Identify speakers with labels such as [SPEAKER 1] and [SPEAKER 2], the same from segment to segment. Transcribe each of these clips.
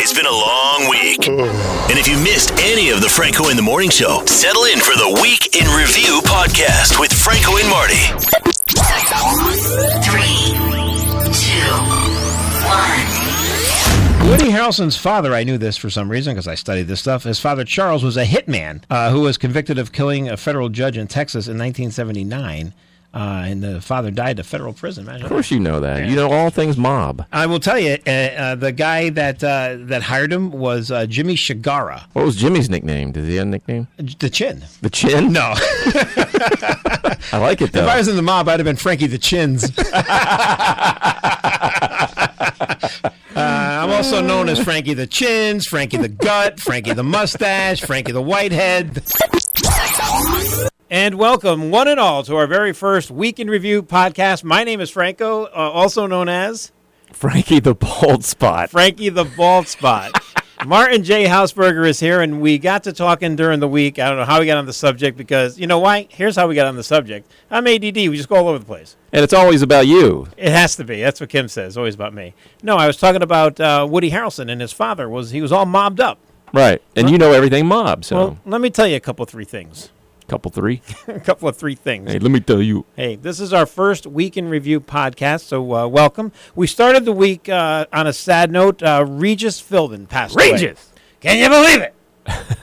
[SPEAKER 1] It's been a long week. And if you missed any of the Franco in the Morning Show, settle in for the Week in Review podcast with Franco and Marty.
[SPEAKER 2] Three, two, one.
[SPEAKER 3] Woody Harrelson's father, I knew this for some reason because I studied this stuff. His father, Charles, was a hitman uh, who was convicted of killing a federal judge in Texas in 1979. Uh, and the father died in federal prison. Imagine
[SPEAKER 4] Of course, you know that. You know all things mob.
[SPEAKER 3] I will tell you, uh, uh, the guy that uh, that hired him was uh, Jimmy Shigara,
[SPEAKER 4] What was Jimmy's nickname? Does he have a nickname?
[SPEAKER 3] the Chin.
[SPEAKER 4] The Chin?
[SPEAKER 3] No, if
[SPEAKER 4] I like it though.
[SPEAKER 3] I was in the mob, I'd have been Frankie the Chins. uh, Uh, I'm also known as Frankie the Chins, Frankie the Gut, Frankie the Mustache, Frankie the Whitehead.
[SPEAKER 5] And welcome, one and all, to our very first Week in Review podcast. My name is Franco, uh, also known as
[SPEAKER 4] Frankie the Bald Spot.
[SPEAKER 5] Frankie the Bald Spot. Martin J. Hausberger is here, and we got to talking during the week. I don't know how we got on the subject because, you know why? Here's how we got on the subject. I'm ADD. We just go all over the place.
[SPEAKER 4] and it's always about you.
[SPEAKER 5] It has to be. That's what Kim says. Always about me. No, I was talking about uh, Woody Harrelson and his father. Was He was all mobbed up.
[SPEAKER 4] Right. And you know everything mob. So,
[SPEAKER 5] Well, let me tell you a couple, three things.
[SPEAKER 4] couple three.
[SPEAKER 5] a couple of three things.
[SPEAKER 4] hey, let me tell you.
[SPEAKER 5] Hey, this is our first week in review podcast, so uh, welcome. We started the week uh, on a sad note. Uh, Regis Philbin passed away.
[SPEAKER 4] Regis!
[SPEAKER 5] can you believe it?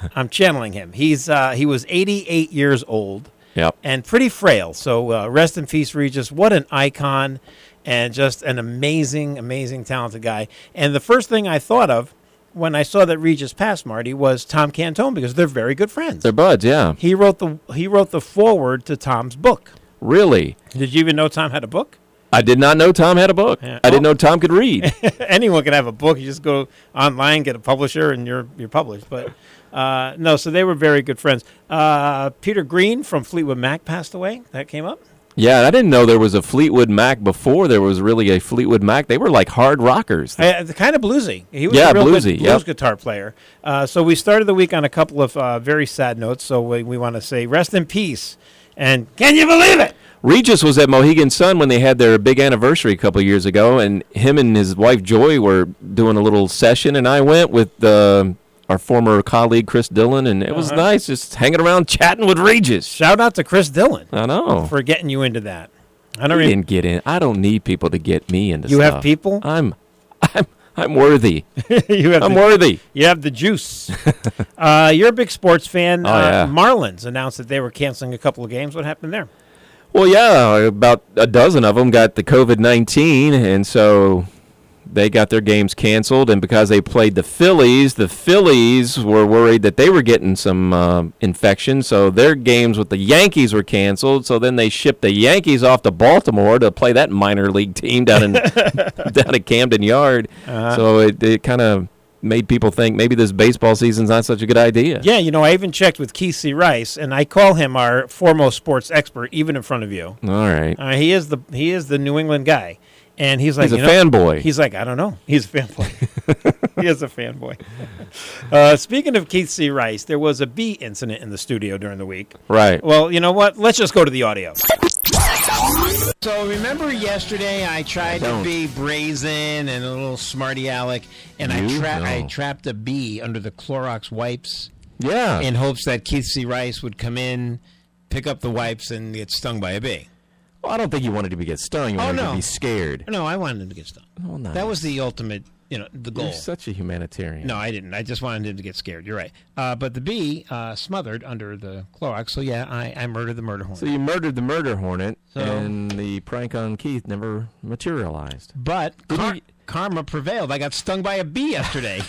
[SPEAKER 5] I'm channeling him. He's uh, he was 88 years old
[SPEAKER 4] Yep.
[SPEAKER 5] and pretty frail. So uh, rest in peace, Regis. What an icon, and just an amazing, amazing, talented guy. And the first thing I thought of when I saw that Regis passed, Marty, was Tom Cantone because they're very good friends.
[SPEAKER 4] They're buds, yeah.
[SPEAKER 5] he wrote the he wrote the foreword to Tom's book.
[SPEAKER 4] Really?
[SPEAKER 5] Did you even know Tom had a book?
[SPEAKER 4] I did not know Tom had a book.
[SPEAKER 5] Yeah.
[SPEAKER 4] I didn't
[SPEAKER 5] Oh.
[SPEAKER 4] know Tom could read.
[SPEAKER 5] Anyone can have a book. You just go online, get a publisher, and you're you're published. But uh, no, so they were very good friends. Uh, Peter Green from Fleetwood Mac passed away. That came up.
[SPEAKER 4] yeah, and I didn't know there was a Fleetwood Mac before there was really a Fleetwood Mac. They were like hard rockers.
[SPEAKER 5] I, it's kind of bluesy. He was
[SPEAKER 4] Yeah,
[SPEAKER 5] a real good
[SPEAKER 4] bluesy,
[SPEAKER 5] blues
[SPEAKER 4] yep.
[SPEAKER 5] guitar player. Uh, so we started the week on a couple of uh, very sad notes. So we, we want to say rest in peace. And can you believe it?
[SPEAKER 4] Regis was at Mohegan Sun when they had their big anniversary a couple of years ago, and him and his wife Joy were doing a little session, and I went with uh, our former colleague Chris Dillon, and it was nice just hanging around chatting with Regis.
[SPEAKER 5] Shout out to Chris Dillon
[SPEAKER 4] I know.
[SPEAKER 5] for getting you into that. I don't
[SPEAKER 4] I
[SPEAKER 5] even.
[SPEAKER 4] didn't get in. I don't need people to get me into.
[SPEAKER 5] You have
[SPEAKER 4] stuff.
[SPEAKER 5] people?
[SPEAKER 4] I'm, I'm, I'm worthy.
[SPEAKER 5] you have
[SPEAKER 4] I'm
[SPEAKER 5] to-
[SPEAKER 4] worthy.
[SPEAKER 5] You have the juice. uh, you're a big sports fan.
[SPEAKER 4] Oh,
[SPEAKER 5] uh,
[SPEAKER 4] yeah.
[SPEAKER 5] Marlins announced that they were canceling a couple of games. What happened there?
[SPEAKER 4] Well, yeah, about a dozen of them got the COVID 19, and so they got their games canceled. And because they played the Phillies, the Phillies were worried that they were getting some uh, infection, so their games with the Yankees were canceled. So then they shipped the Yankees off to Baltimore to play that minor league team down in down at Camden Yard.
[SPEAKER 5] Uh-huh.
[SPEAKER 4] So it, it kind of made people think maybe this baseball season's not such a good idea.
[SPEAKER 5] Yeah, you know, I even checked with Keith C. Rice, and I call him our foremost sports expert, even in front of you.
[SPEAKER 4] All right.
[SPEAKER 5] Uh, he is the he is the New England guy, and he's like
[SPEAKER 4] He's a
[SPEAKER 5] you know-
[SPEAKER 4] fanboy.
[SPEAKER 5] He's like I don't know. He's a fanboy. he is a fanboy. Uh, speaking of Keith C. Rice, there was a bee incident in the studio during the week.
[SPEAKER 4] Right.
[SPEAKER 5] Well, you know what? Let's just go to the audio.
[SPEAKER 3] So remember yesterday I tried to
[SPEAKER 4] Don't.
[SPEAKER 3] be brazen and a little smarty aleck, and I
[SPEAKER 4] You?
[SPEAKER 3] tra- I
[SPEAKER 4] No.
[SPEAKER 3] trapped a bee under the Clorox wipes
[SPEAKER 4] Yeah.
[SPEAKER 3] in hopes that Keith C. Rice would come in, pick up the wipes, and get stung by a bee.
[SPEAKER 4] Well, I don't think you wanted to be get
[SPEAKER 5] Oh,
[SPEAKER 4] stung. You wanted
[SPEAKER 3] no.
[SPEAKER 4] to be scared.
[SPEAKER 3] No, I wanted him to get stung.
[SPEAKER 4] Oh, nice.
[SPEAKER 3] That was the ultimate, you know, the goal.
[SPEAKER 4] You're such a humanitarian.
[SPEAKER 3] no, I didn't. I just wanted him to get scared. You're right. Uh, but the bee uh, smothered under the Clorox. So yeah, I, I murdered the murder hornet.
[SPEAKER 4] So you murdered the murder hornet,
[SPEAKER 3] So-
[SPEAKER 4] and the prank on Keith never materialized.
[SPEAKER 3] but kar-
[SPEAKER 4] you-
[SPEAKER 3] karma prevailed. I got stung by a bee yesterday.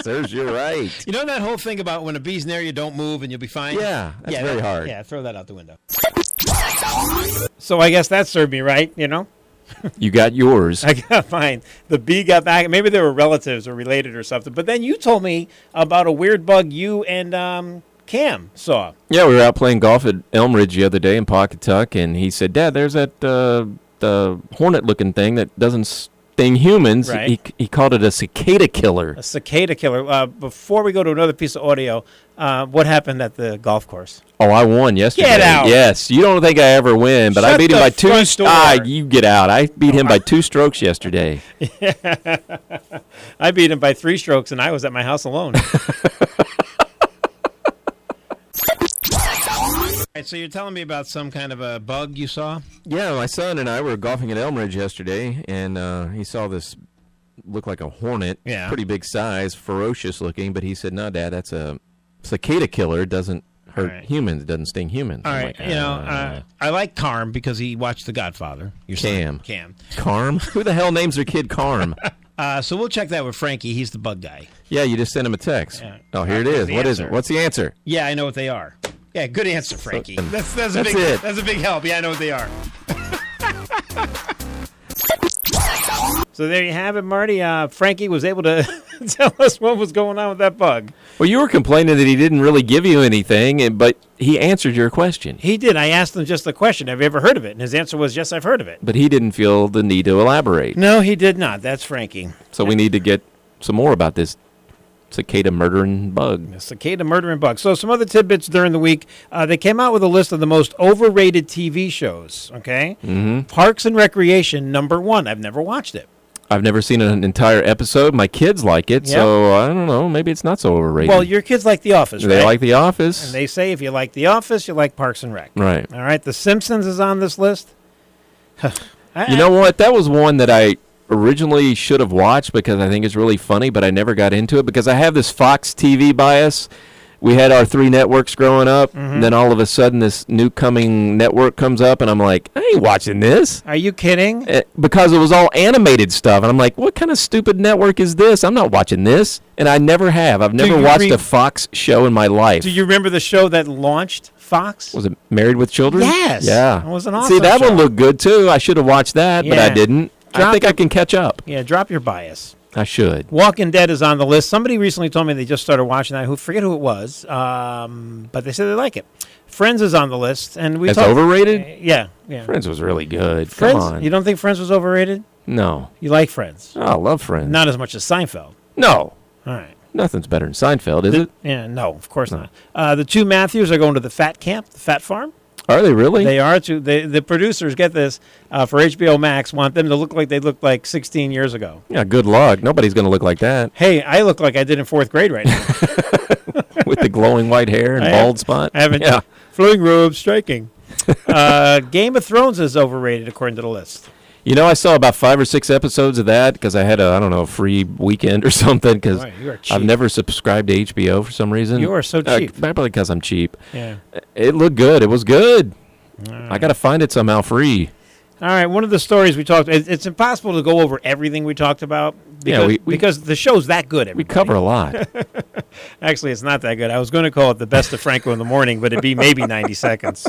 [SPEAKER 4] Serves you right.
[SPEAKER 3] You know that whole thing about when a bee's near you, don't move and you'll be fine?
[SPEAKER 4] Yeah, that's very
[SPEAKER 3] that-
[SPEAKER 4] hard.
[SPEAKER 3] Yeah, throw that out the window.
[SPEAKER 5] So I guess that served me right, you know.
[SPEAKER 4] You got yours.
[SPEAKER 5] I got mine. The bee got back. Maybe they were relatives or related or something. But then you told me about a weird bug you and um, Cam saw.
[SPEAKER 4] yeah, we were out playing golf at Elmridge the other day in Pocketuck, and he said, "Dad, there's that uh, the hornet-looking thing that doesn't s- thing humans.
[SPEAKER 5] Right.
[SPEAKER 4] He, he called it a cicada killer.
[SPEAKER 5] A cicada killer. Uh, before we go to another piece of audio, uh, what happened at the golf course?
[SPEAKER 4] Oh, I won yesterday.
[SPEAKER 5] out.
[SPEAKER 4] Yes, you don't think I ever win, but I
[SPEAKER 5] Shut
[SPEAKER 4] beat him
[SPEAKER 5] the
[SPEAKER 4] by two.
[SPEAKER 5] front
[SPEAKER 4] st- Ah,
[SPEAKER 5] door.
[SPEAKER 4] you get out. I beat him by two strokes yesterday.
[SPEAKER 5] I beat him by three strokes, and I was at my house alone.
[SPEAKER 3] All right, so you're telling me about some kind of a bug you saw?
[SPEAKER 4] Yeah, my son and I were golfing at Elmridge yesterday, and uh, he saw this look like a hornet.
[SPEAKER 3] Yeah.
[SPEAKER 4] Pretty big size, ferocious looking, but he said, No, Dad, that's a cicada killer. It doesn't hurt
[SPEAKER 3] All right.
[SPEAKER 4] humans. It doesn't sting humans.
[SPEAKER 3] All
[SPEAKER 4] I'm
[SPEAKER 3] right,
[SPEAKER 4] like,
[SPEAKER 3] you know,
[SPEAKER 4] "Ah."
[SPEAKER 3] uh, I like Carm because he watched The Godfather. Your
[SPEAKER 4] Cam.
[SPEAKER 3] son. Cam.
[SPEAKER 4] Carm? Who the hell names their kid Carm?
[SPEAKER 3] Uh, so we'll check that with Frankie. He's the bug guy.
[SPEAKER 4] yeah, you just send him a text.
[SPEAKER 3] Yeah.
[SPEAKER 4] Oh, here it
[SPEAKER 3] What's
[SPEAKER 4] is.
[SPEAKER 3] the
[SPEAKER 4] What is it?
[SPEAKER 3] answer?
[SPEAKER 4] What's the answer?
[SPEAKER 3] Yeah, I know what they are. Yeah, good answer, Frankie. That's that's a
[SPEAKER 4] That's
[SPEAKER 3] big
[SPEAKER 4] it.
[SPEAKER 3] that's a big help. Yeah, I know what they are.
[SPEAKER 5] so there you have it, Marty. Uh, Frankie was able to tell us what was going on with that bug.
[SPEAKER 4] Well, you were complaining that he didn't really give you anything, and, but he answered your question.
[SPEAKER 5] He did. I asked him just the question, "Have you ever heard of it?" And his answer was, "Yes, I've heard of it."
[SPEAKER 4] But he didn't feel the need to elaborate.
[SPEAKER 5] No, he did not. That's Frankie.
[SPEAKER 4] So we need to get some more about this cicada murdering bug.
[SPEAKER 5] A cicada murdering bug. So some other tidbits during the week. Uh, they came out with a list of the most overrated TV shows. Okay, mm-hmm. Parks and Recreation number one. I've never watched it.
[SPEAKER 4] I've never seen an entire episode. My kids like it, so I don't know. Maybe it's not so overrated.
[SPEAKER 5] Well, your kids like The Office,
[SPEAKER 4] they
[SPEAKER 5] right?
[SPEAKER 4] like Mm. The Office.
[SPEAKER 5] and they say if you like The Office, you like Parks and Rec.
[SPEAKER 4] right.
[SPEAKER 5] All right, The Simpsons is on this list. I-
[SPEAKER 4] You know what? That was one that I originally should have watched because I think it's really funny, but I never got into it because I have this Fox TV bias. We had our three networks growing up,
[SPEAKER 5] Mm-hmm.
[SPEAKER 4] then all of a sudden this new coming network comes up, and I'm like, I ain't watching this.
[SPEAKER 5] Are you kidding?
[SPEAKER 4] Eh, Because it was all animated stuff, and I'm like, "What kind of stupid network is this? I'm not watching this," and I never have. I've never
[SPEAKER 5] you
[SPEAKER 4] watched
[SPEAKER 5] re-
[SPEAKER 4] a Fox show in my life.
[SPEAKER 5] Do you remember the show that launched Fox?
[SPEAKER 4] Was it Married with Children?
[SPEAKER 5] Yes.
[SPEAKER 4] Yeah.
[SPEAKER 5] That was an
[SPEAKER 4] See,
[SPEAKER 5] awesome
[SPEAKER 4] that
[SPEAKER 5] show.
[SPEAKER 4] one looked good too. I should have watched that, but I
[SPEAKER 5] Yeah.
[SPEAKER 4] didn't. I
[SPEAKER 5] Drop
[SPEAKER 4] think I can catch up.
[SPEAKER 5] yeah, drop your bias.
[SPEAKER 4] I should.
[SPEAKER 5] Walking Dead is on the list. Somebody recently told me they just started watching that. Who forget who it was, um, but they said they like it. Friends is on the list, and we
[SPEAKER 4] That's
[SPEAKER 5] talked- Eh,
[SPEAKER 4] overrated.
[SPEAKER 5] Yeah, yeah.
[SPEAKER 4] Friends was really good.
[SPEAKER 5] Friends?
[SPEAKER 4] Come on.
[SPEAKER 5] You don't think Friends was overrated?
[SPEAKER 4] no.
[SPEAKER 5] You like Friends?
[SPEAKER 4] Oh, I love Friends.
[SPEAKER 5] Not as much as Seinfeld.
[SPEAKER 4] no.
[SPEAKER 5] All right.
[SPEAKER 4] Nothing's better than Seinfeld, is it?
[SPEAKER 5] Yeah, no, of course not. Uh, the two Matthews are going to the Fat Camp, the Fat Farm.
[SPEAKER 4] Are they really?
[SPEAKER 5] They are to they, the producers get this uh, for HBO Max. Want them to look like they looked like 16 years ago.
[SPEAKER 4] yeah, good luck. Nobody's going to look like that
[SPEAKER 5] Hey, I look like I did in fourth grade right now.
[SPEAKER 4] with the glowing white hair and
[SPEAKER 5] I
[SPEAKER 4] bald
[SPEAKER 5] have-
[SPEAKER 4] spot.
[SPEAKER 5] I haven't.
[SPEAKER 4] Yeah.
[SPEAKER 5] Flowing robes, striking. uh, Game of Thrones is overrated according to the list.
[SPEAKER 4] You know, I saw about five or six episodes of that because I had a, I don't know, a free weekend or something because
[SPEAKER 5] Boy, you are
[SPEAKER 4] I've
[SPEAKER 5] cheap.
[SPEAKER 4] never subscribed to HBO for some reason.
[SPEAKER 5] You are so
[SPEAKER 4] Uh,
[SPEAKER 5] cheap.
[SPEAKER 4] probably because I'm cheap. Uh,
[SPEAKER 5] Yeah. Mm.
[SPEAKER 4] It looked good. It was good. I got to find it somehow free.
[SPEAKER 5] All right. One of the stories we talked. It, it's impossible to go over everything we talked about. Because,
[SPEAKER 4] Yeah, we- we-
[SPEAKER 5] because the show's that good.
[SPEAKER 4] We
[SPEAKER 5] everybody.
[SPEAKER 4] cover a lot.
[SPEAKER 5] Actually, it's not that good. I was going to call it the best of Franco in the morning, but it'd be maybe 90 seconds.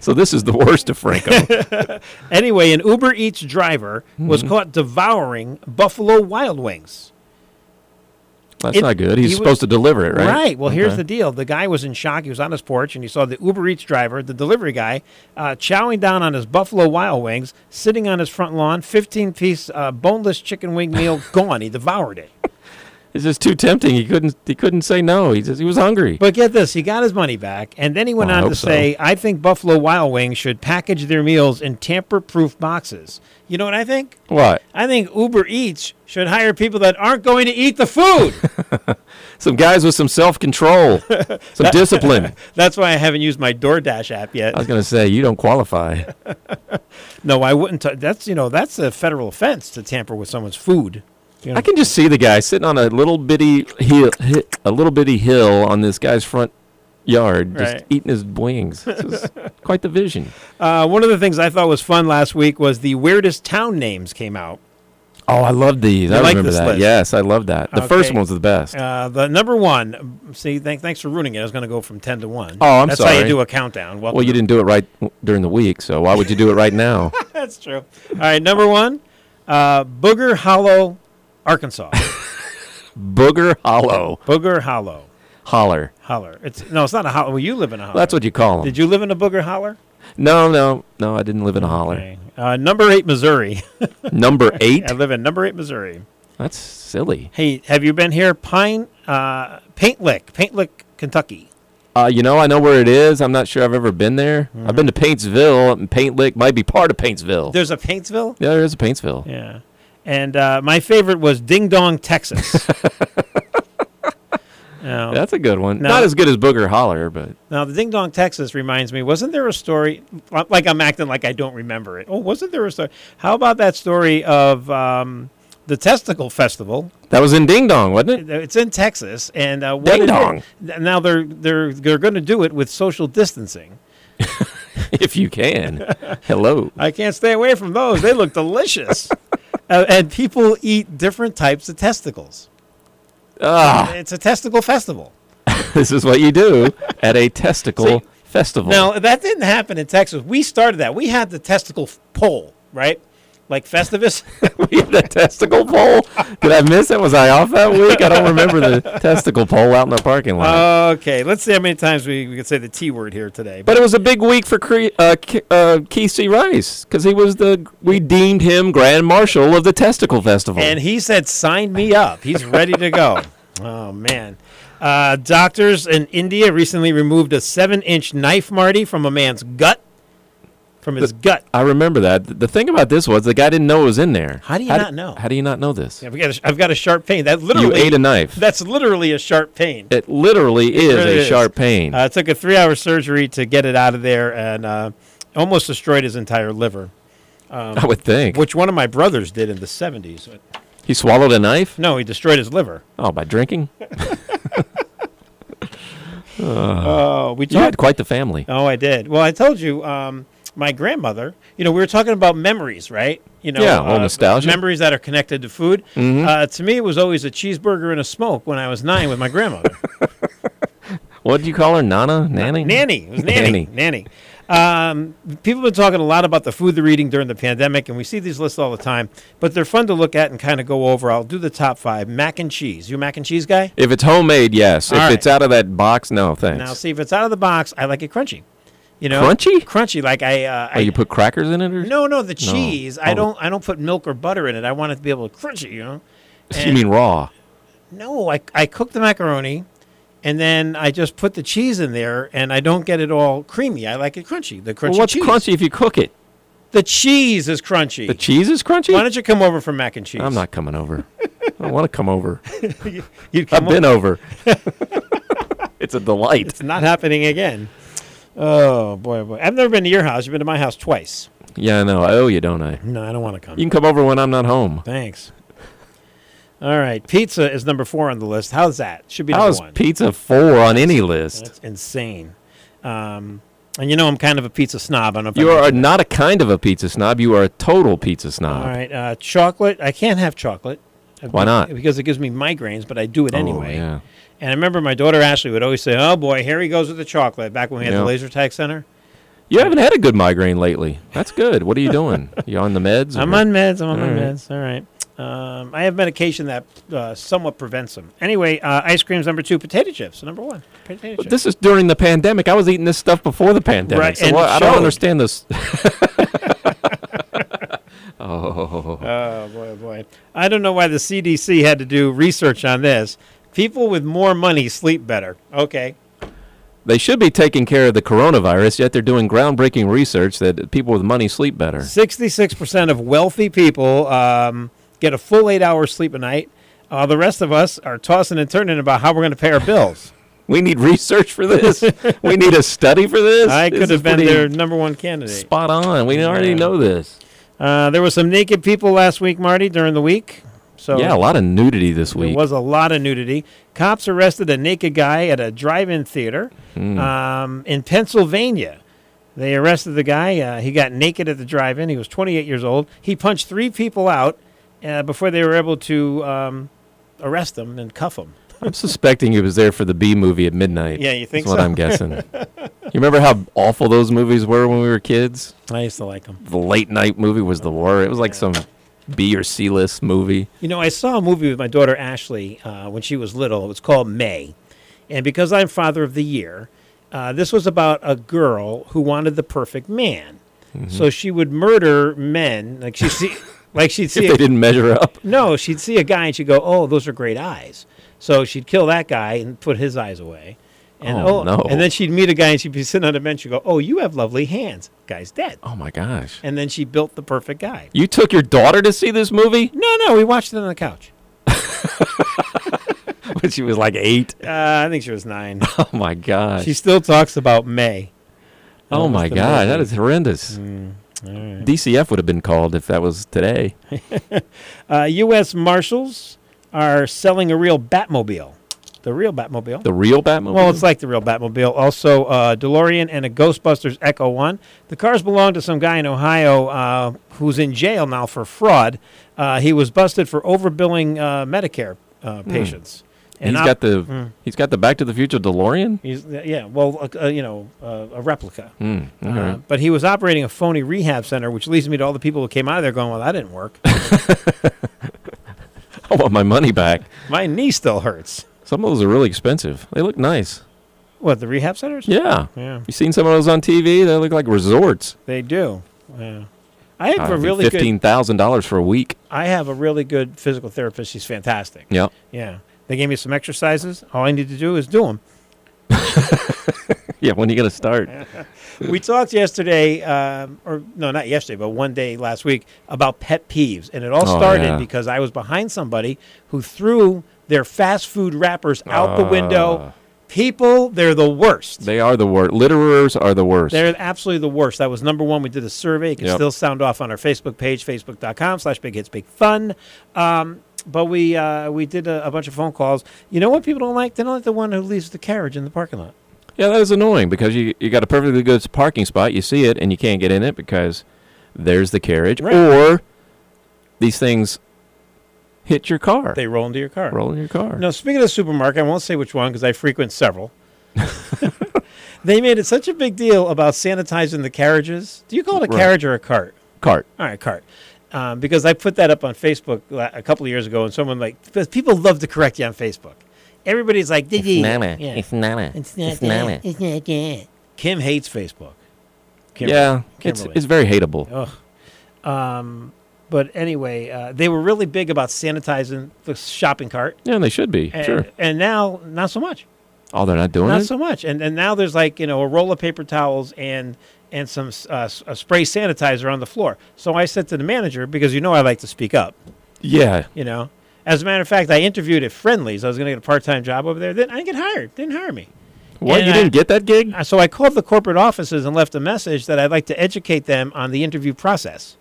[SPEAKER 4] so this is the worst of Franco.
[SPEAKER 5] Anyway, an Uber Eats driver was
[SPEAKER 4] Hmm.
[SPEAKER 5] caught devouring Buffalo Wild Wings.
[SPEAKER 4] That's
[SPEAKER 5] It-
[SPEAKER 4] not good. He's
[SPEAKER 5] he was-
[SPEAKER 4] supposed to deliver it, right?
[SPEAKER 5] Well, here's
[SPEAKER 4] Okay.
[SPEAKER 5] the deal. The guy was in shock. He was on his porch and he saw the Uber Eats driver, the delivery guy, uh, chowing down on his Buffalo Wild Wings, sitting on his front lawn, 15 piece uh, boneless chicken wing meal gone. He devoured it.
[SPEAKER 4] It's just too tempting. He couldn't. He couldn't say no. He just, he was hungry.
[SPEAKER 5] But get this, he got his money back. And then he went
[SPEAKER 4] Well, I
[SPEAKER 5] on to
[SPEAKER 4] hope so.
[SPEAKER 5] say, I think Buffalo Wild Wings should package their meals in tamper proof boxes. You know what I think?
[SPEAKER 4] what?
[SPEAKER 5] I think Uber Eats should hire people that aren't going to eat the food.
[SPEAKER 4] Some guys with some self control, some discipline.
[SPEAKER 5] That's why I haven't used my DoorDash app yet.
[SPEAKER 4] I was gonna say you don't qualify.
[SPEAKER 5] No, I wouldn't. T- that's you know that's a federal offense to tamper with someone's food. You know?
[SPEAKER 4] I can just see the guy sitting on a little bitty hill, hi- a little bitty hill on this guy's front yard, just
[SPEAKER 5] Right.
[SPEAKER 4] eating his wings. This is quite the vision.
[SPEAKER 5] uh, one of the things I thought was fun last week was the weirdest town names came out.
[SPEAKER 4] Oh, I love these.
[SPEAKER 5] You
[SPEAKER 4] I
[SPEAKER 5] like
[SPEAKER 4] remember
[SPEAKER 5] this
[SPEAKER 4] that.
[SPEAKER 5] list?
[SPEAKER 4] Yes, I love that. The first
[SPEAKER 5] Okay.
[SPEAKER 4] one's the best.
[SPEAKER 5] Uh, the number one. See, thank, thanks for ruining it. I was going to go from ten to one.
[SPEAKER 4] Oh, I'm
[SPEAKER 5] that's how you
[SPEAKER 4] sorry.
[SPEAKER 5] do a countdown. Welcome
[SPEAKER 4] well, you
[SPEAKER 5] to-
[SPEAKER 4] didn't do it right w- during the week, so why would you do it right now?
[SPEAKER 5] That's true. All right, number one, uh, Booger Hollow, Arkansas.
[SPEAKER 4] Booger Hollow.
[SPEAKER 5] Booger Hollow,
[SPEAKER 4] Holler.
[SPEAKER 5] holler. It's no, it's not a holler. Well, you live in a holler.
[SPEAKER 4] Well, that's what you call them.
[SPEAKER 5] Did you live in a booger holler?
[SPEAKER 4] no, no, no, I didn't live in a holler.
[SPEAKER 5] Okay. Uh, number eight, Missouri.
[SPEAKER 4] Number eight.
[SPEAKER 5] I live in number eight, Missouri.
[SPEAKER 4] That's silly.
[SPEAKER 5] Hey, have you been here? Pine, uh, Paint Lick, Paint Lick, Kentucky.
[SPEAKER 4] Uh, you know, I know where it is. I'm not sure I've ever been there. I've been to Paintsville, and Paint Lick might be part of Paintsville.
[SPEAKER 5] There's a Paintsville.
[SPEAKER 4] yeah, there is a Paintsville.
[SPEAKER 5] Yeah. And uh, my favorite was Ding Dong, Texas. now,
[SPEAKER 4] That's a good one.
[SPEAKER 5] No.
[SPEAKER 4] Not as good as Booger Holler, but
[SPEAKER 5] now, the Ding Dong, Texas reminds me, wasn't there a story? Like, I'm acting like I don't remember it. Oh, wasn't there a story? How about that story of um, the Testicle Festival? Uh,
[SPEAKER 4] that was in Ding Dong, wasn't it?
[SPEAKER 5] It's in Texas, and uh, what
[SPEAKER 4] Ding
[SPEAKER 5] it-
[SPEAKER 4] dong.
[SPEAKER 5] now they're they're they're going to do it with social distancing.
[SPEAKER 4] if you can. Hello.
[SPEAKER 5] I can't stay away from those. They look delicious, uh, and people eat different types of testicles.
[SPEAKER 4] Ah,
[SPEAKER 5] It's a testicle festival.
[SPEAKER 4] this is what you do at a testicle
[SPEAKER 5] See,
[SPEAKER 4] festival.
[SPEAKER 5] Now that didn't happen in Texas. We started that. We had the testicle f- poll, right? Like Festivus.
[SPEAKER 4] we had the testicle poll. Did I miss it? Was I off that week? I don't remember the testicle poll out in the parking lot.
[SPEAKER 5] Uh, okay, let's see how many times we, we can say the T word here today.
[SPEAKER 4] But it was a big week for Cre- uh, K- uh, Keith C. Rice because he was the we deemed him Grand Marshal of the Testicle Festival.
[SPEAKER 5] And he said, "Sign me up. He's ready to go." oh man! Uh, doctors in India recently removed a seven-inch knife, Marty, from a man's gut. From his gut.
[SPEAKER 4] I remember that. Th- The thing about this was the guy didn't know it was in there.
[SPEAKER 5] How do you not know?
[SPEAKER 4] How do you not know this?
[SPEAKER 5] I've got, a, I've got a sharp pain. That
[SPEAKER 4] you
[SPEAKER 5] literally
[SPEAKER 4] ate a knife.
[SPEAKER 5] That's literally a sharp pain.
[SPEAKER 4] It literally is
[SPEAKER 5] really
[SPEAKER 4] a
[SPEAKER 5] is.
[SPEAKER 4] sharp pain.
[SPEAKER 5] Uh, it took a three-hour surgery to get it out of there, and uh, almost destroyed his entire liver, Um,
[SPEAKER 4] I would think
[SPEAKER 5] which one of my brothers did in the '70s.
[SPEAKER 4] he swallowed a knife.
[SPEAKER 5] No, he destroyed his liver.
[SPEAKER 4] Oh, by drinking.
[SPEAKER 5] Oh, we
[SPEAKER 4] You
[SPEAKER 5] talked.
[SPEAKER 4] had quite the family.
[SPEAKER 5] Oh, I did. Well, I told you, um, my grandmother. You know, we were talking about memories, right? You know, uh,
[SPEAKER 4] Yeah, well, nostalgia.
[SPEAKER 5] memories that are connected to food. Uh, to me, it was always a cheeseburger and a smoke when I was nine with my grandmother,
[SPEAKER 4] What do you call her? Nana, nanny,
[SPEAKER 5] nanny. It was nanny, nanny. Um, people have been talking a lot about the food they're eating during the pandemic, and we see these lists all the time. But they're fun to look at and kind of go over. I'll do the top five: mac and cheese. You a mac and cheese guy?
[SPEAKER 4] If it's homemade, yes.
[SPEAKER 5] All
[SPEAKER 4] if
[SPEAKER 5] right.
[SPEAKER 4] it's out of that box, no, thanks.
[SPEAKER 5] Now, see if it's out of the box, I like it crunchy. You know,
[SPEAKER 4] Crunchy?
[SPEAKER 5] crunchy. Like I, uh,
[SPEAKER 4] oh,
[SPEAKER 5] I
[SPEAKER 4] you put crackers in it, or
[SPEAKER 5] No, no, the
[SPEAKER 4] No.
[SPEAKER 5] cheese. I
[SPEAKER 4] Oh.
[SPEAKER 5] don't. I don't put milk or butter in it. I want it to be able to crunch it. You know.
[SPEAKER 4] you mean raw?
[SPEAKER 5] No, I I cook the macaroni, and then I just put the cheese in there, and I don't get it all creamy. I like it crunchy. The crunchy
[SPEAKER 4] Well, what's
[SPEAKER 5] cheese.
[SPEAKER 4] crunchy if you cook it?
[SPEAKER 5] The cheese is crunchy.
[SPEAKER 4] The cheese is crunchy.
[SPEAKER 5] Why don't you come over for mac and cheese?
[SPEAKER 4] I'm not coming over. I don't want to come over.
[SPEAKER 5] You'd come
[SPEAKER 4] I've
[SPEAKER 5] over.
[SPEAKER 4] been over. it's a delight.
[SPEAKER 5] It's not happening again. Oh boy, boy! I've never been to your house. You've been to my house twice.
[SPEAKER 4] Yeah, I know. I owe you, don't I?
[SPEAKER 5] No, I don't want to come.
[SPEAKER 4] You can come over when I'm not home.
[SPEAKER 5] Thanks. All right, pizza is number four on the list. How's that? Should be
[SPEAKER 4] How
[SPEAKER 5] number
[SPEAKER 4] is
[SPEAKER 5] one.
[SPEAKER 4] pizza four on any list?
[SPEAKER 5] That's insane. Um, and you know I'm kind of a pizza snob. I don't know if
[SPEAKER 4] You
[SPEAKER 5] I
[SPEAKER 4] are
[SPEAKER 5] mentioned
[SPEAKER 4] not a kind of a pizza snob. You are a total pizza
[SPEAKER 5] that.
[SPEAKER 4] snob.
[SPEAKER 5] all right. Uh, chocolate. I can't have chocolate.
[SPEAKER 4] Why not?
[SPEAKER 5] Because it gives me migraines, but I do it
[SPEAKER 4] Oh,
[SPEAKER 5] anyway.
[SPEAKER 4] yeah.
[SPEAKER 5] And I remember my daughter Ashley would always say, "Oh boy, here he goes with the chocolate." Back when we had
[SPEAKER 4] Yeah.
[SPEAKER 5] the laser tag center,
[SPEAKER 4] You haven't had a good migraine lately. That's good. What are you doing? You on the meds?
[SPEAKER 5] I'm
[SPEAKER 4] or-
[SPEAKER 5] on meds. I'm on my
[SPEAKER 4] All right.
[SPEAKER 5] meds. All right. Um, I have medication that uh, somewhat prevents them. Anyway, uh, ice cream's number two. Potato chips number one. Potato chips.
[SPEAKER 4] This is during the pandemic. I was eating this stuff before the pandemic,
[SPEAKER 5] Right,
[SPEAKER 4] so
[SPEAKER 5] and
[SPEAKER 4] why-
[SPEAKER 5] it
[SPEAKER 4] I don't
[SPEAKER 5] showed.
[SPEAKER 4] understand this. oh,
[SPEAKER 5] Oh boy, oh, boy! I don't know why the CDC had to do research on this. People with more money sleep better. Okay,
[SPEAKER 4] they should be taking care of the coronavirus, yet they're doing groundbreaking research that people with money sleep better.
[SPEAKER 5] sixty-six percent of wealthy people um, get a full eight hours sleep a night. Uh, the rest of us are tossing and turning about how we're going to pay our bills.
[SPEAKER 4] We need research for this. we need a study for this.
[SPEAKER 5] I
[SPEAKER 4] This
[SPEAKER 5] could
[SPEAKER 4] is
[SPEAKER 5] have been
[SPEAKER 4] pretty
[SPEAKER 5] their number one candidate.
[SPEAKER 4] Spot on. We already know this.
[SPEAKER 5] Uh, there were some naked people last week, Marty, during the week. So
[SPEAKER 4] Yeah, a lot of nudity this
[SPEAKER 5] There
[SPEAKER 4] week.
[SPEAKER 5] was a lot of nudity. Cops arrested a naked guy at a drive-in theater um, in Pennsylvania. They arrested the guy. Uh, he got naked at the drive-in. He was 28 years old. He punched three people out uh, before they were able to um, arrest him and cuff him.
[SPEAKER 4] I'm suspecting he was there for the B movie at midnight.
[SPEAKER 5] Yeah, you think
[SPEAKER 4] That's
[SPEAKER 5] so?
[SPEAKER 4] what I'm guessing. you remember how awful those movies were when we were kids?
[SPEAKER 5] I used to like him.
[SPEAKER 4] the late night movie was the worst. It was like some B or C list movie.
[SPEAKER 5] You know, I saw a movie with my daughter Ashley uh, when she was little. It was called May. And because I'm father of the year, uh, this was about a girl who wanted the perfect man.
[SPEAKER 4] Mm-hmm.
[SPEAKER 5] So she would murder men. Like she see, like she'd see.
[SPEAKER 4] If
[SPEAKER 5] a-
[SPEAKER 4] they didn't measure up.
[SPEAKER 5] no, she'd see a guy and she'd go, "Oh, those are great eyes." So she'd kill that guy and put his eyes away. And
[SPEAKER 4] Oh, no.
[SPEAKER 5] And then she'd meet a guy and she'd be sitting on a bench and go, "Oh, you have lovely hands." Guy's dead.
[SPEAKER 4] Oh my gosh.
[SPEAKER 5] And then she built the perfect guy.
[SPEAKER 4] You took your daughter to see this movie
[SPEAKER 5] No, no, we watched it on the couch.
[SPEAKER 4] when she was like eight.
[SPEAKER 5] Uh, I think she was nine.
[SPEAKER 4] Oh my gosh.
[SPEAKER 5] she still talks about May.
[SPEAKER 4] oh
[SPEAKER 5] almost
[SPEAKER 4] my
[SPEAKER 5] the Mm,
[SPEAKER 4] god, that
[SPEAKER 5] movie.
[SPEAKER 4] is horrendous. DCF would have been called if that was today.
[SPEAKER 5] Uh, U.S. Marshals are selling a real Batmobile. The real Batmobile.
[SPEAKER 4] The real Batmobile.
[SPEAKER 5] Well, it's like the real Batmobile. Also, uh, DeLorean and a Ghostbusters Echo One. The cars belong to some guy in Ohio uh, who's in jail now for fraud. Uh, he was busted for overbilling uh, Medicare uh, patients.
[SPEAKER 4] Hmm. he's
[SPEAKER 5] op-
[SPEAKER 4] got the
[SPEAKER 5] mm.
[SPEAKER 4] he's got the Back to the Future DeLorean.
[SPEAKER 5] he's, yeah, well, uh, you know, uh, a replica.
[SPEAKER 4] Mm, all
[SPEAKER 5] Uh,
[SPEAKER 4] right.
[SPEAKER 5] But he was operating a phony rehab center, which leads me to all the people who came out of there going, "Well, that didn't work.
[SPEAKER 4] I want my money back.
[SPEAKER 5] My knee still hurts."
[SPEAKER 4] Some of those are really expensive. They look nice.
[SPEAKER 5] What the rehab centers?
[SPEAKER 4] Yeah.
[SPEAKER 5] yeah,
[SPEAKER 4] You seen some of those on TV? They look like resorts.
[SPEAKER 5] they do. Yeah. I have
[SPEAKER 4] Uh,
[SPEAKER 5] a really good.
[SPEAKER 4] fifteen thousand dollars for a week.
[SPEAKER 5] I have a really good physical therapist. She's fantastic.
[SPEAKER 4] Yep.
[SPEAKER 5] Yeah. They gave me some exercises. All I need to do is do them.
[SPEAKER 4] Yeah. When are you gonna start?
[SPEAKER 5] we talked yesterday, um, or no, not yesterday, but one day last week about pet peeves. And it all
[SPEAKER 4] Oh,
[SPEAKER 5] started
[SPEAKER 4] yeah.
[SPEAKER 5] because I was behind somebody who threw their fast food wrappers out the
[SPEAKER 4] Ah.
[SPEAKER 5] window. People, they're the worst.
[SPEAKER 4] They are the worst. Litterers are the worst.
[SPEAKER 5] They're absolutely the worst. That was number one. We did a survey. You can
[SPEAKER 4] Yep.
[SPEAKER 5] still sound off on our Facebook page, facebook.com slash big hits big fun. Um, but we uh, we did a, a bunch of phone calls. You know what people don't like? They don't like the one who leaves the carriage in the parking lot.
[SPEAKER 4] Yeah, that is annoying because you you got a perfectly good s- parking spot, you see it, and you can't get in it because there's the carriage,
[SPEAKER 5] Right.
[SPEAKER 4] or these things hit your car,
[SPEAKER 5] They roll into your car.
[SPEAKER 4] roll in your car.
[SPEAKER 5] Now, speaking of the supermarket, I won't say which one because I frequent several. they made it such a big deal about sanitizing the carriages. Do you call it a
[SPEAKER 4] Right.
[SPEAKER 5] carriage or a cart?
[SPEAKER 4] Cart.
[SPEAKER 5] All right, cart. Um, because I put that up on Facebook la- a couple of years ago, and someone like because people love to correct you on Facebook. Everybody's like, "Did you?"
[SPEAKER 6] Nana.
[SPEAKER 5] Yeah.
[SPEAKER 6] It's Nana.
[SPEAKER 7] It's not
[SPEAKER 6] It's
[SPEAKER 7] that.
[SPEAKER 6] Nana.
[SPEAKER 7] It's not that.
[SPEAKER 5] Kim hates Facebook. Kim
[SPEAKER 4] Yeah, it's
[SPEAKER 5] Kimberly.
[SPEAKER 4] it's very hateable.
[SPEAKER 5] Ugh. Um, but anyway, uh, they were really big about sanitizing the shopping cart,
[SPEAKER 4] Yeah, they should be
[SPEAKER 5] and,
[SPEAKER 4] sure.
[SPEAKER 5] and now not so much.
[SPEAKER 4] Oh, they're not doing
[SPEAKER 5] Eh. Not
[SPEAKER 4] it.
[SPEAKER 5] so much. And and now there's like you know a roll of paper towels and and some uh, s- a spray sanitizer on the floor. So I said to the manager because you know I like to speak up.
[SPEAKER 4] yeah,
[SPEAKER 5] You know, as a matter of fact, I interviewed at Friendly's. I was going to get a part time job over there. Then I didn't get hired. Didn't hire me.
[SPEAKER 4] what
[SPEAKER 5] And
[SPEAKER 4] you
[SPEAKER 5] I-
[SPEAKER 4] didn't get that gig?
[SPEAKER 5] Uh, So I called the corporate offices and left a message that I'd like to educate them on the interview process.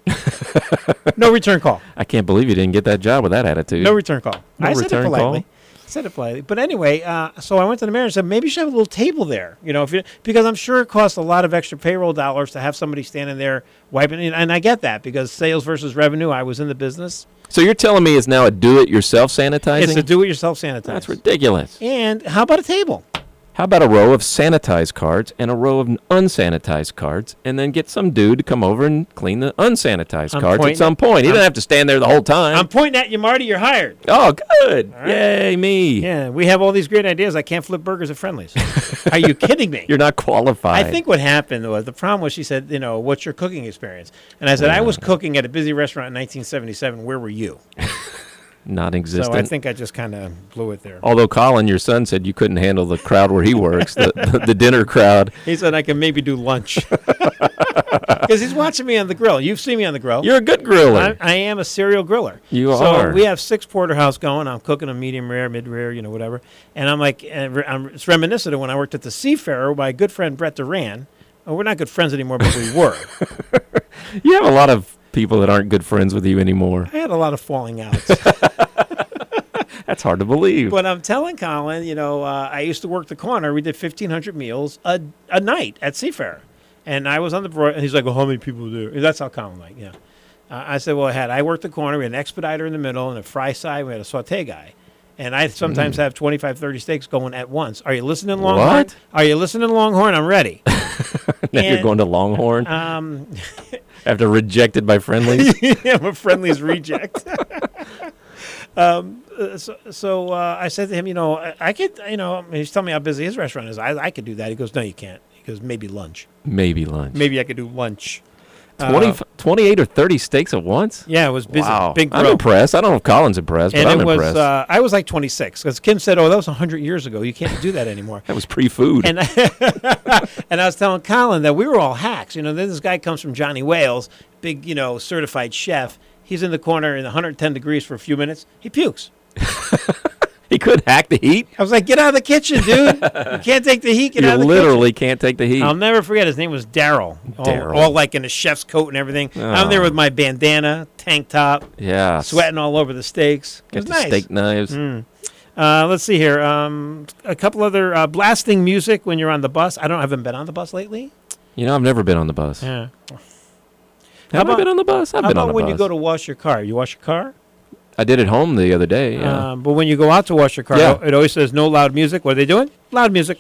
[SPEAKER 5] no return call.
[SPEAKER 4] I can't believe you didn't get that job with that attitude.
[SPEAKER 5] No return call.
[SPEAKER 4] No
[SPEAKER 5] I said
[SPEAKER 4] return
[SPEAKER 5] it politely.
[SPEAKER 4] call?
[SPEAKER 5] I said it politely. But anyway, uh, so I went to the mayor and said, maybe you should have a little table there, you know, if you, because I'm sure it costs a lot of extra payroll dollars to have somebody standing there wiping. it. And I get that because sales versus revenue. I was in the business.
[SPEAKER 4] so you're telling me it's now a do-it-yourself sanitizing?
[SPEAKER 5] It's a do-it-yourself sanitizer.
[SPEAKER 4] That's ridiculous.
[SPEAKER 5] And how about a table?
[SPEAKER 4] How about a row of sanitized cards and a row of unsanitized cards, and then get some dude to come over and clean the unsanitized
[SPEAKER 5] I'm
[SPEAKER 4] cards at
[SPEAKER 5] pointing-
[SPEAKER 4] some point? He doesn't have to stand there the whole time.
[SPEAKER 5] I'm pointing at you, Marty. You're hired.
[SPEAKER 4] oh, good! Yay, me!
[SPEAKER 5] Yeah, we have all these great ideas. I can't flip burgers at Friendlies. Are you kidding me?
[SPEAKER 4] You're not qualified.
[SPEAKER 5] I think what happened was the problem was she said, you know, what's your cooking experience? And I said, I was cooking at a busy restaurant in 1977. Where were you?
[SPEAKER 4] non-existent.
[SPEAKER 5] So I think I just Oh. kind of blew it there.
[SPEAKER 4] Although Colin, your son, said you couldn't handle the crowd where he works, the, the, the dinner crowd.
[SPEAKER 5] He said I can maybe do lunch because he's watching me on the grill. You've seen me on the grill.
[SPEAKER 4] You're a good griller.
[SPEAKER 5] I, I am a serial griller.
[SPEAKER 4] You
[SPEAKER 5] so
[SPEAKER 4] are.
[SPEAKER 5] We have six porterhouse going. I'm cooking a medium rare, mid rare, you know, whatever. And I'm like, and re- I'm, it's reminiscent of when I worked at the Seafarer with my good friend Brett Duran. Oh, we're not good friends anymore, but we were.
[SPEAKER 4] you have a lot of people that aren't good friends with you anymore.
[SPEAKER 5] I had a lot of falling outs.
[SPEAKER 4] That's hard to believe.
[SPEAKER 5] but I'm telling Colin, you know, uh, I used to work the corner. We did 1,500 meals a, a night at Seafarer. And I was on the board, and he's like, well, how many people do? it?" That's how Colin, like, yeah. Uh, I said, well, I had, I worked the corner. We had an expediter in the middle and a fry side. We had a saute guy. And I sometimes have 25, 30 steaks going at once. Are you listening, Longhorn?
[SPEAKER 4] What?
[SPEAKER 5] Are you listening, Longhorn? I'm ready.
[SPEAKER 4] now you're
[SPEAKER 5] and-
[SPEAKER 4] going to Longhorn
[SPEAKER 5] Um,
[SPEAKER 4] after rejected by friendlies.
[SPEAKER 5] I'm a friendlies reject. um, uh, so so uh, I said to him, you know, I, I could, you know, he's telling me how busy his restaurant is. I, I could do that. He goes, no, you can't. He goes, maybe lunch.
[SPEAKER 4] Maybe lunch.
[SPEAKER 5] Maybe I could do lunch.
[SPEAKER 4] 20, 28 or 30 steaks at once?
[SPEAKER 5] Yeah, it was busy.
[SPEAKER 4] Wow.
[SPEAKER 5] Big
[SPEAKER 4] I'm
[SPEAKER 5] bro.
[SPEAKER 4] impressed. I don't know if Colin's impressed, but
[SPEAKER 5] And
[SPEAKER 4] I'm
[SPEAKER 5] it was,
[SPEAKER 4] impressed.
[SPEAKER 5] uh, I was like 26 because Kim said, "Oh, that was 100 years ago. You can't do that anymore."
[SPEAKER 4] that was pre food.
[SPEAKER 5] and and I was telling Colin that we were all hacks. You know, then this guy comes from Johnny Wales, big you know certified chef. He's in the corner in 110 degrees for a few minutes. He pukes.
[SPEAKER 4] He could hack the heat.
[SPEAKER 5] I was like, "Get out of the kitchen, dude! you can't take the heat. Get
[SPEAKER 4] You
[SPEAKER 5] out of the
[SPEAKER 4] literally can't take the heat.
[SPEAKER 5] kitchen." Um, I'll never forget. His name was Daryl. All-
[SPEAKER 4] Daryl. Oh.
[SPEAKER 5] all, like in a chef's coat and everything. I'm there with my bandana, tank top,
[SPEAKER 4] yeah.
[SPEAKER 5] sweating all over the steaks. It
[SPEAKER 4] Got
[SPEAKER 5] was
[SPEAKER 4] the
[SPEAKER 5] nice.
[SPEAKER 4] steak knives.
[SPEAKER 5] Uh, let's see here. Um, a couple other uh, blasting music when you're on the bus. I don't. I haven't been on the bus lately.
[SPEAKER 4] You know, I've never been on the bus.
[SPEAKER 5] Yeah.
[SPEAKER 4] Have
[SPEAKER 5] about-
[SPEAKER 4] I been on the bus? I've
[SPEAKER 5] How
[SPEAKER 4] been
[SPEAKER 5] about
[SPEAKER 4] on the
[SPEAKER 5] when
[SPEAKER 4] bus.
[SPEAKER 5] you go to wash your car? You wash your car?
[SPEAKER 4] I did it home the other day. Yeah.
[SPEAKER 5] Um, but when you go out to wash your car,
[SPEAKER 4] Yeah.
[SPEAKER 5] it always says no loud music. What are they doing? Loud music.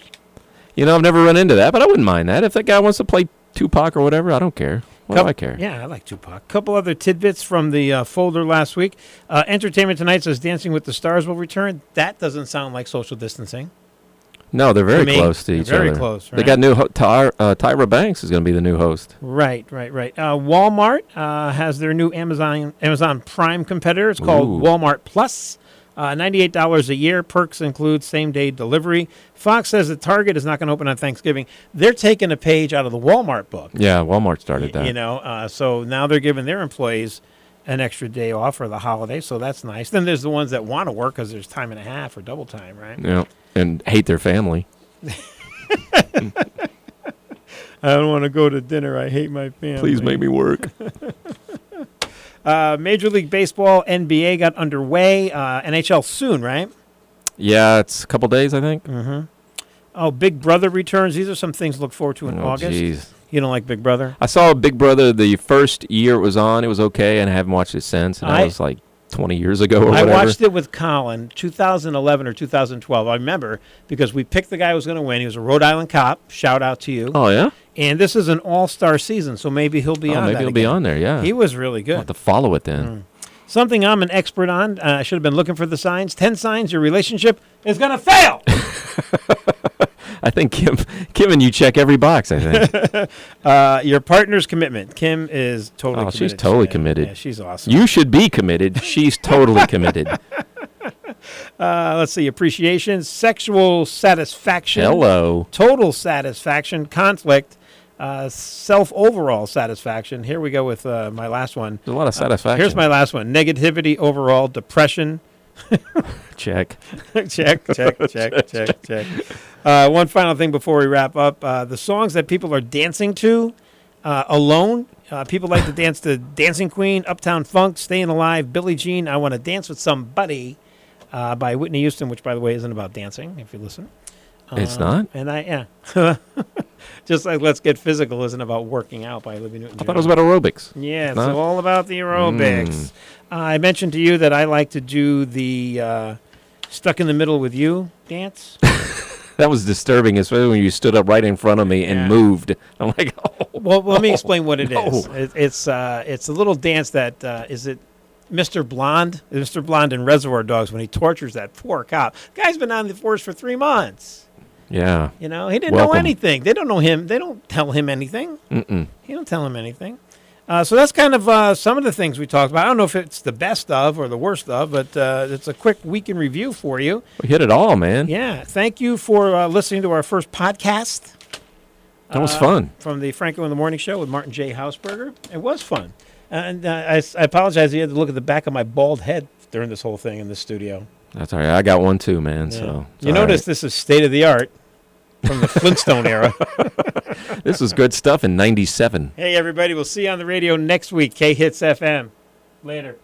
[SPEAKER 4] you know, I've never run into that, but I wouldn't mind that. If that guy wants to play Tupac or whatever, I don't care. What do
[SPEAKER 5] Coup-
[SPEAKER 4] I care?
[SPEAKER 5] Yeah, I like Tupac. Couple other tidbits from the uh, folder last week. Uh, Entertainment Tonight says Dancing with the Stars will return. That doesn't sound like social distancing.
[SPEAKER 4] No, they're very
[SPEAKER 5] me,
[SPEAKER 4] close to
[SPEAKER 5] they're
[SPEAKER 4] each
[SPEAKER 5] very
[SPEAKER 4] other.
[SPEAKER 5] close,
[SPEAKER 4] They
[SPEAKER 5] right?
[SPEAKER 4] got new ho- Ty- uh, Tyra Banks is going to be the new host.
[SPEAKER 5] Right, right, right. Uh, Walmart uh, has their new Amazon Amazon Prime competitor. It's called
[SPEAKER 4] Ooh.
[SPEAKER 5] Walmart Plus. Uh, $98 a year. Perks include same day delivery. Fox says that Target is not going to open on Thanksgiving. They're taking a page out of the Walmart book.
[SPEAKER 4] Yeah, Walmart started that.
[SPEAKER 5] You know, uh, so now they're giving their employees an extra day off for the holiday, so that's nice. Then there's the ones that want to work because there's time and a half or double time, right?
[SPEAKER 4] yeah, and hate their family.
[SPEAKER 5] I don't want to go to dinner. I hate my family.
[SPEAKER 4] Please make me work.
[SPEAKER 5] Uh, Major League Baseball, NBA got underway. Uh, NHL soon, right?
[SPEAKER 4] yeah, it's a couple days, I think.
[SPEAKER 5] Mm, Oh, Big Brother returns. These are some things to look forward to in
[SPEAKER 4] Oh,
[SPEAKER 5] August.
[SPEAKER 4] jeez.
[SPEAKER 5] You don't like Big Brother?
[SPEAKER 4] I saw Big Brother the first year it was on. It was okay, and I haven't watched it since. And
[SPEAKER 5] I-
[SPEAKER 4] that was like 20 years ago or
[SPEAKER 5] I
[SPEAKER 4] whatever.
[SPEAKER 5] watched it with Colin, 2011 or 2012. I remember because we picked the guy who was going to win. He was a Rhode Island cop. Shout out to you.
[SPEAKER 4] Oh yeah,
[SPEAKER 5] And this is an all-star season, so maybe he'll be
[SPEAKER 4] oh,
[SPEAKER 5] on.
[SPEAKER 4] maybe
[SPEAKER 5] that
[SPEAKER 4] it'll be
[SPEAKER 5] again.
[SPEAKER 4] on there. Yeah,
[SPEAKER 5] He Mm. was really
[SPEAKER 4] I'll have
[SPEAKER 5] good.
[SPEAKER 4] to follow it then.
[SPEAKER 5] Something I'm an expert on. Uh, I should have been looking for the signs. Ten signs your relationship is gonna fail.
[SPEAKER 4] I think Kim, Kim, and you check every box. I think
[SPEAKER 5] uh, your partner's commitment. Kim is totally.
[SPEAKER 4] Oh,
[SPEAKER 5] committed.
[SPEAKER 4] she's totally
[SPEAKER 5] Yeah,
[SPEAKER 4] committed.
[SPEAKER 5] Yeah, she's awesome.
[SPEAKER 4] you should be committed. She's totally committed.
[SPEAKER 5] Uh, let's see. Appreciation, sexual satisfaction.
[SPEAKER 4] Hello.
[SPEAKER 5] total satisfaction, conflict, uh, self overall satisfaction. Here we go with uh, my last one.
[SPEAKER 4] There's a lot of satisfaction.
[SPEAKER 5] Uh, Here's my last one negativity overall, depression.
[SPEAKER 4] check.
[SPEAKER 5] check, check, check, check, check. Uh, one final thing before we wrap up uh, the songs that people are dancing to uh, alone. Uh, people like to dance to Dancing Queen, Uptown Funk, Staying Alive, Billie Jean, I Want to Dance with Somebody uh, by Whitney Houston, which, by the way, isn't about dancing, if you listen.
[SPEAKER 4] it's
[SPEAKER 5] Uh,
[SPEAKER 4] not.
[SPEAKER 5] And I yeah. Just like Let's Get Physical isn't about working out by Olivia Newton.
[SPEAKER 4] I thought it was about aerobics.
[SPEAKER 5] Yeah, it's
[SPEAKER 4] Huh? Hmm.
[SPEAKER 5] all about the aerobics. Uh, I mentioned to you that I like to do the uh, stuck in the middle with you dance.
[SPEAKER 4] That was disturbing, especially when you stood up right in front of me
[SPEAKER 5] Yeah.
[SPEAKER 4] and moved. I'm like, oh,
[SPEAKER 5] well, let me explain what it is.
[SPEAKER 4] no.
[SPEAKER 5] It, it's uh, it's a little dance that uh, is it. Mr. Blonde, Mr. Blonde in Reservoir Dogs, when he tortures that poor cop, guy's been on the force for three months.
[SPEAKER 4] yeah.
[SPEAKER 5] You know, he didn't know
[SPEAKER 4] Welcome.
[SPEAKER 5] anything. They don't know him. They don't tell him anything. Mm-mm. He don't tell him anything. Uh, so that's kind of uh, some of the things we talked about. I don't know if it's the best of or the worst of, but uh, it's a quick week in review for you.
[SPEAKER 4] We hit it all, man.
[SPEAKER 5] Yeah, thank you for uh, listening to our first podcast
[SPEAKER 4] That
[SPEAKER 5] uh,
[SPEAKER 4] was fun.
[SPEAKER 5] from the Franco in the Morning Show with Martin J. Hausberger. It was fun, and uh, I, s- I apologize. You had to look at the back of my bald head during this whole thing in the studio.
[SPEAKER 4] That's all right. I got one too, man.
[SPEAKER 5] Yeah.
[SPEAKER 4] So it's
[SPEAKER 5] you
[SPEAKER 4] all
[SPEAKER 5] notice this is state of the art from the Flintstone era.
[SPEAKER 4] right. this was good stuff in '97.
[SPEAKER 5] Hey, everybody. We'll see you on the radio next week. K Hits FM. Later.